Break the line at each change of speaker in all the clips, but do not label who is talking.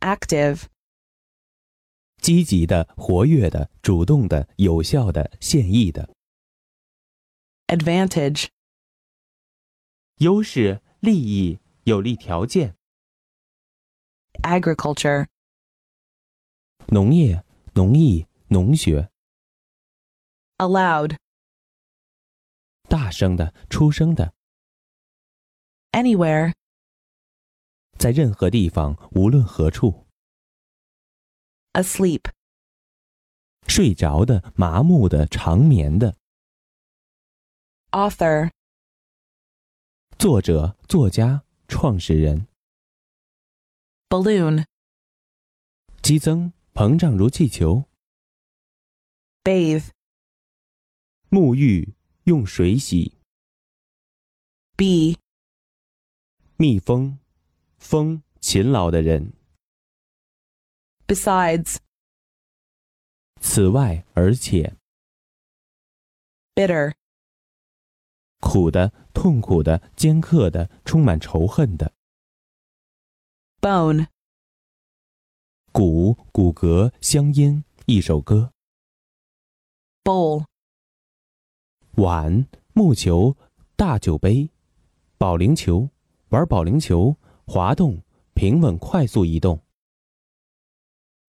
active,
积极的、活跃的、主动的、有效的、现役的。
advantage,
优势、利益、有利条件、
agriculture,
农业、农艺、农学，
allowed,
大声的、出声的，
anywhere,
在任何地方，无论何处，
asleep,
睡着的、麻木的、长眠的。
author,
作者、作家、创始人，
balloon,
激增、膨胀如气球，
bathe,
沐浴、用水洗，
bee,
蜜蜂，蜂，勤劳的人。
besides,
此外，而且
bitter,
苦的、痛苦的、尖刻的、充满仇恨的，
bone,
骨、骨骼、乡音，一首歌，
bowl,
碗、木球、大酒杯，保龄球，玩保龄球，滑动，平稳快速移动，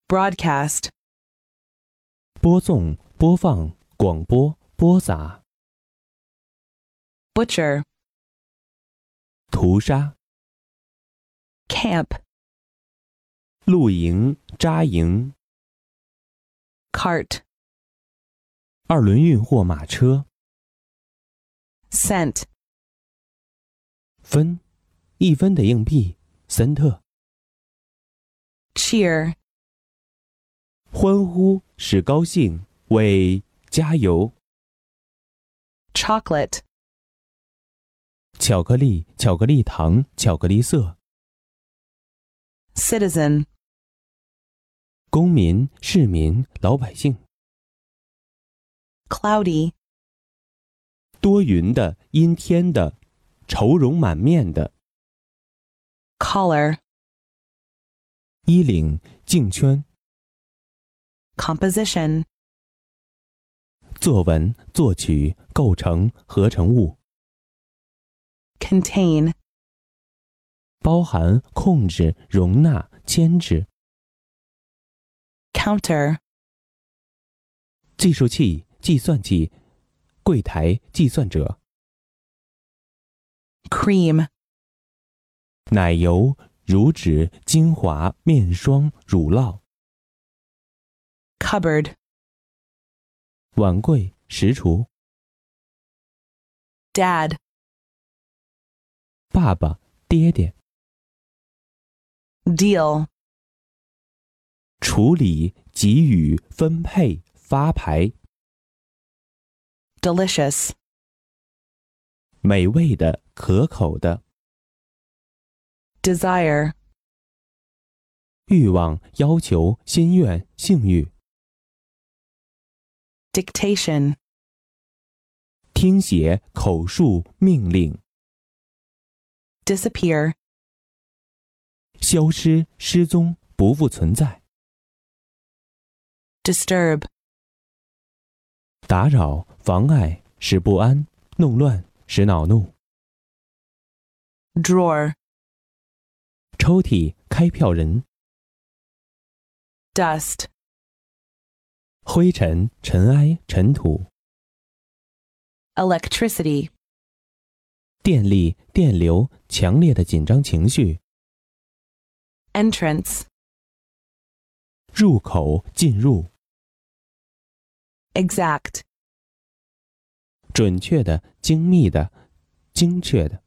broadcast,
播送、播放、广播、播撒，
butcher,
屠杀，
camp,
露营、扎营，
cart,
二轮运货马车，
cent,
分，一分的硬币，森特。
cheer,
欢呼使高兴，为加油。
chocolate,
巧克力、巧克力糖、巧克力色。
citizen,
公民、市民、老百姓。
cloudy,
多云的、阴天的、愁容满面的。
collar,
衣领、颈圈、
composition,
作文、作曲、构成、合成物，
contain,
包含控制、容纳、牵制。
counter,
计数器、计算器、柜台、计算者。
cream,
奶油、乳脂、精华、面霜、乳酪。
cupboard,
碗柜、食橱、
dad,
爸爸、爹爹、
deal,
处理、给予、分配、发牌、
delicious,
美味的、可口的、
desire,
欲望、要求、心愿、性欲、
dictation,
听写、口述、命令、
disappear,
消失、失踪、不复存在、
disturb,
打扰、妨碍、使不安、弄乱、使恼怒、
drawer,
抽屉、开票人、
dust,
灰尘、尘埃、尘土、
electricity,
电力、电流、强烈的紧张情绪、
entrance,
入口、进入。
exact,
准确的、精密的、精确的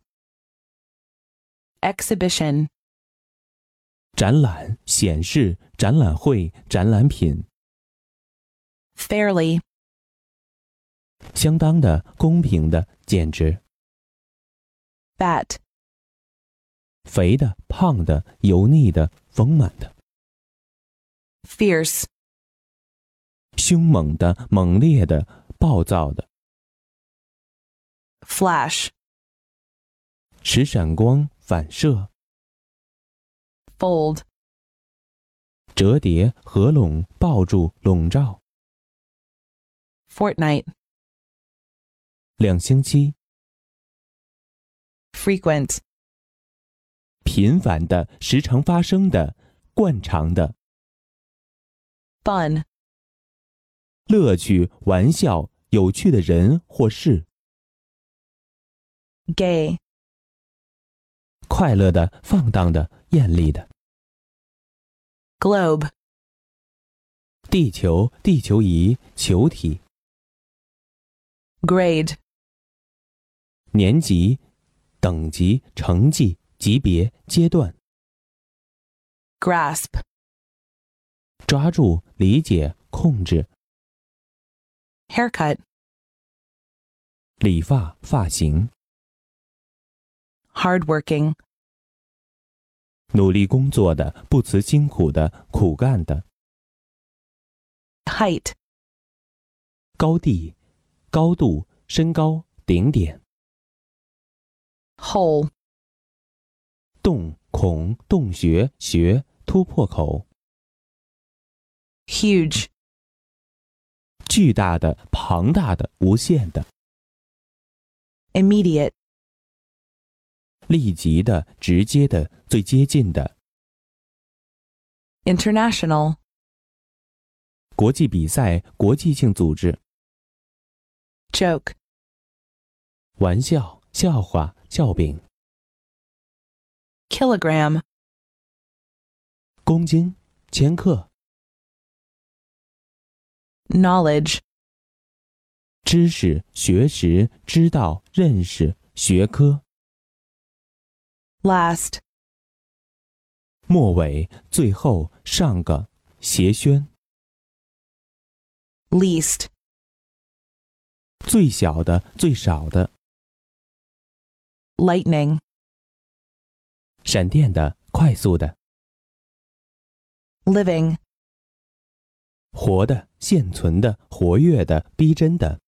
exhibition,
展览、显示、展览会、展览品，
fairly,
相当的、公平的、简直
fat,
肥的、胖的、油腻的、丰满的、
fierce,
凶猛的、猛烈的、暴躁的，
flash,
使闪光反射，
fold,
折叠、合拢、抱住、笼罩。
fortnight,
两星期，
frequent,
频繁的、时常发生的、惯常的
fun,
乐趣、玩笑、有趣的人或事，
gay,
快乐的、放荡的、艳丽的。
globe,
地球、地球仪、球体、
grade,
年级、等级、成绩、级别、阶段。
grasp,
抓住、理解、控制、
haircut,
理发、发型、
hardworking,
努力工作的、不辞辛苦的、苦干的、
height,
高地、高度、身高、顶点、
hole,
洞、孔、洞穴、穴、突破口、
huge,
巨大的、庞大的、无限的、
immediate,
立即的、直接的、最接近的、
international,
国际比赛、国际性组织、
joke,
玩笑、笑话、笑柄、
kilogram,
公斤、千克、
knowledge,
知识、学识、知道、认识、学科。
last,
末尾、最后、上个、斜宣、
least,
最小的、最少的、
lightning,
闪电的、快速的、
living,
活的、现存的、活跃的、逼真的、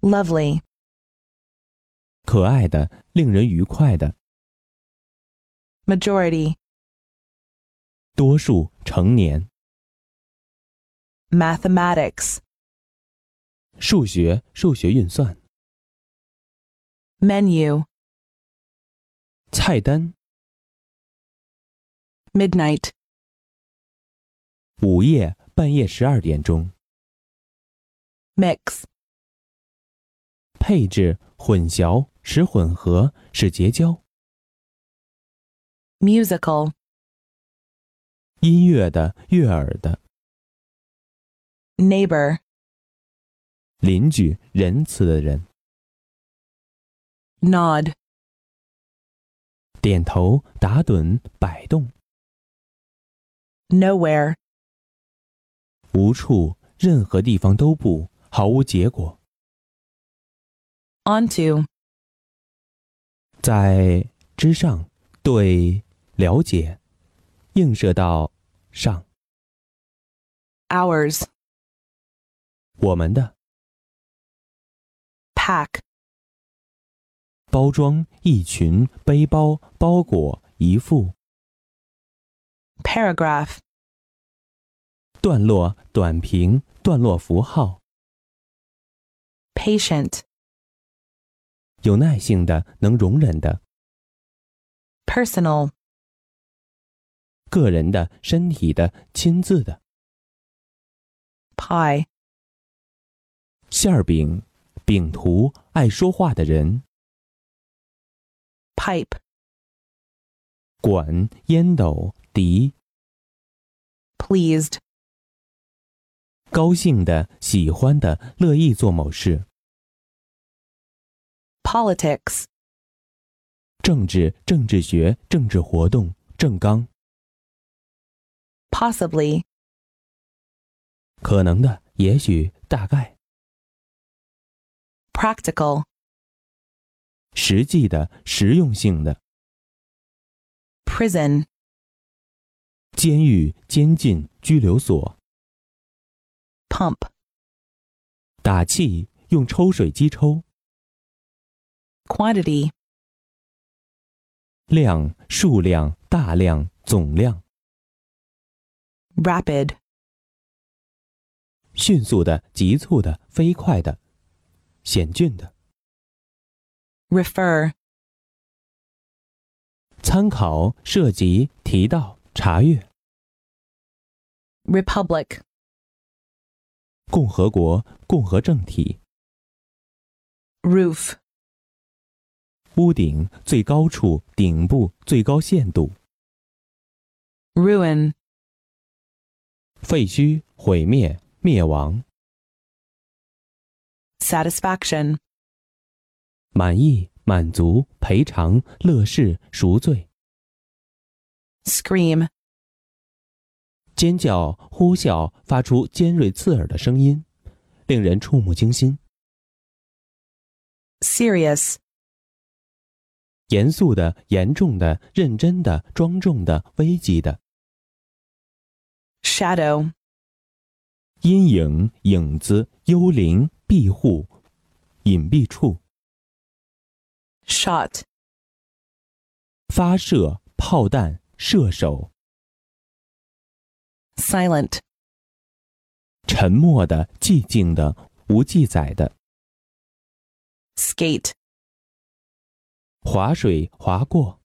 lovely,
可爱的、令人愉快的、
majority,
多数、成年、
mathematics,
数学、数学运算、
menu,
菜单、
midnight,
午夜、半夜十二点钟、
mix,
配置、混淆、使混合、使结交、
musical,
音乐的、悦耳的、
neighbor,
邻居、仁慈的人。
nod,
点头、打盹、摆动，
nowhere,
无处，任何地方都不，毫无结果。
onto,
在之上，对了解，映射到上，
hours,
我们的
pack,
包装、一群、背包、包裹、一副、
paragraph,
段落、短评、段落符号，
patient,
有耐性的，能容忍的，
personal,
个人的、身体的、亲自的，
pie,
馅儿饼、饼图、爱说话的人。
pipe,
管、烟斗、笛，
pleased,
高兴的、喜欢的、乐意做某事，
politics,
政治、政治学、政治活动、政纲，
possibly,
可能的、也许、大概，
practical,
实际的、实用性的，
prison,
监狱、监禁、拘留所，
pump,
打气，用抽水机抽，
quantity,
量、数量、大量、总量，
rapid,
迅速的、急促的、飞快的、险峻的。
refer,
参考、涉及、提到、查阅。
republic,
共和国、共和政体、
roof,
屋顶、最高处、顶部、最高限度、
ruin,
废墟、毁灭、灭亡、
satisfaction,
满意、满足、赔偿、乐事、赎罪、
scream,
尖叫、呼啸，发出尖锐刺耳的声音，令人触目惊心。
serious,
严肃的、严重的、认真的、庄重的、危急的。
shadow,
阴影、影子、幽灵、庇护、隐蔽处、
shot,
发射、炮弹、射手、
silent,
沉默的、寂静的、无记载的、
skate,
划水、划过、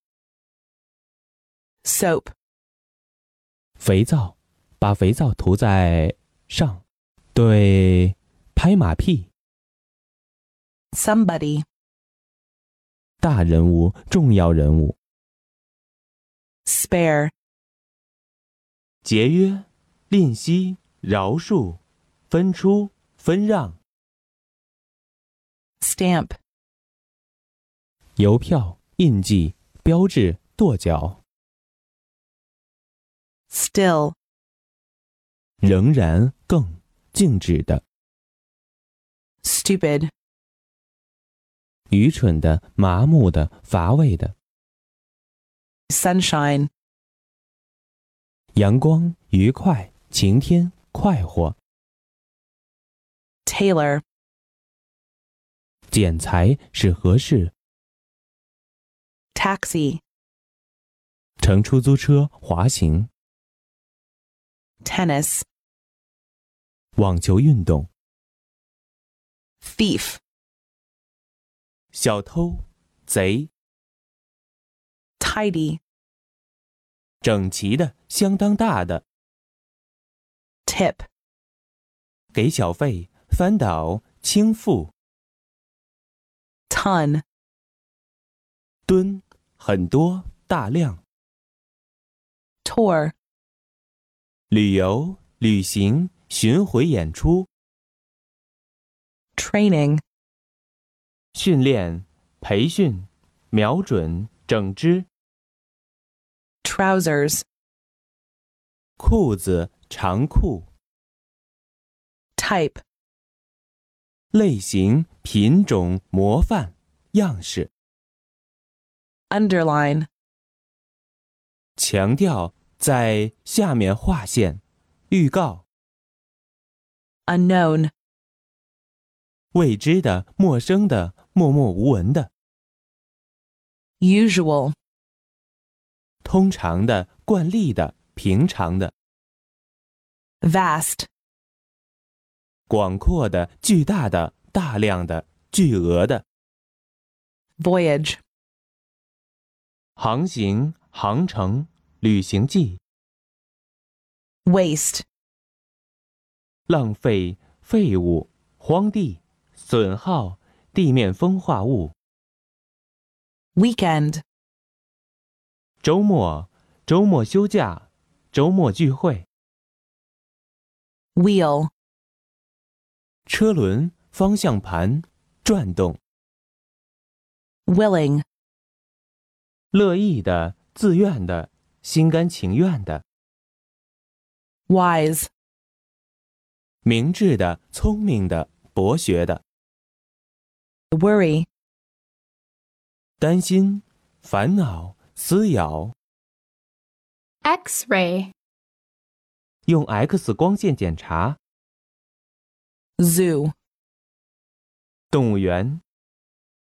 soap,
肥皂，把肥皂涂在上，对，拍马屁，
somebody,
大人物、重要人物、
spare,
节约、吝惜、饶恕、分出、分让、
stamp,
邮票、印记、标志、跺脚。
still,
仍然更静止的、
stupid,
愚蠢的、麻木的、乏味的。
sunshine,
阳光、愉快、晴天、快活、
tailor,
剪裁是合适。
taxi,
乘出租车、滑行、
tennis,
网球运动、
thief,
小偷、贼、
tidy,
整齐的、相当大的、
tip,
给小费、翻倒、倾覆、
ton,
吨、很多、大量、
tour,
旅游、旅行、巡回演出、
training,
训练、培训、瞄准、整支、
trousers,
裤子、长裤、
type,
类型、品种、模范、样式。
underline,
强调在下面划线，预告
unknown,
未知的、陌生的、默默无闻的、
usual,
通常的、惯例的、平常的、
vast,
广阔的、巨大的、大量的、巨额的、
voyage,
航行、航程、旅行记、
waste,
浪费、废物、荒地、损耗、地面风化物、
weekend,
周末、周末休假、周末聚会、
wheel,
车轮、方向盘、转动。
willing,
乐意的、自愿的、心甘情愿的、
wise,
明智的、聪明的、博学的、
worry,
担心、烦恼、撕咬，
X-ray,
用 X 光线检查
zoo.
动物园。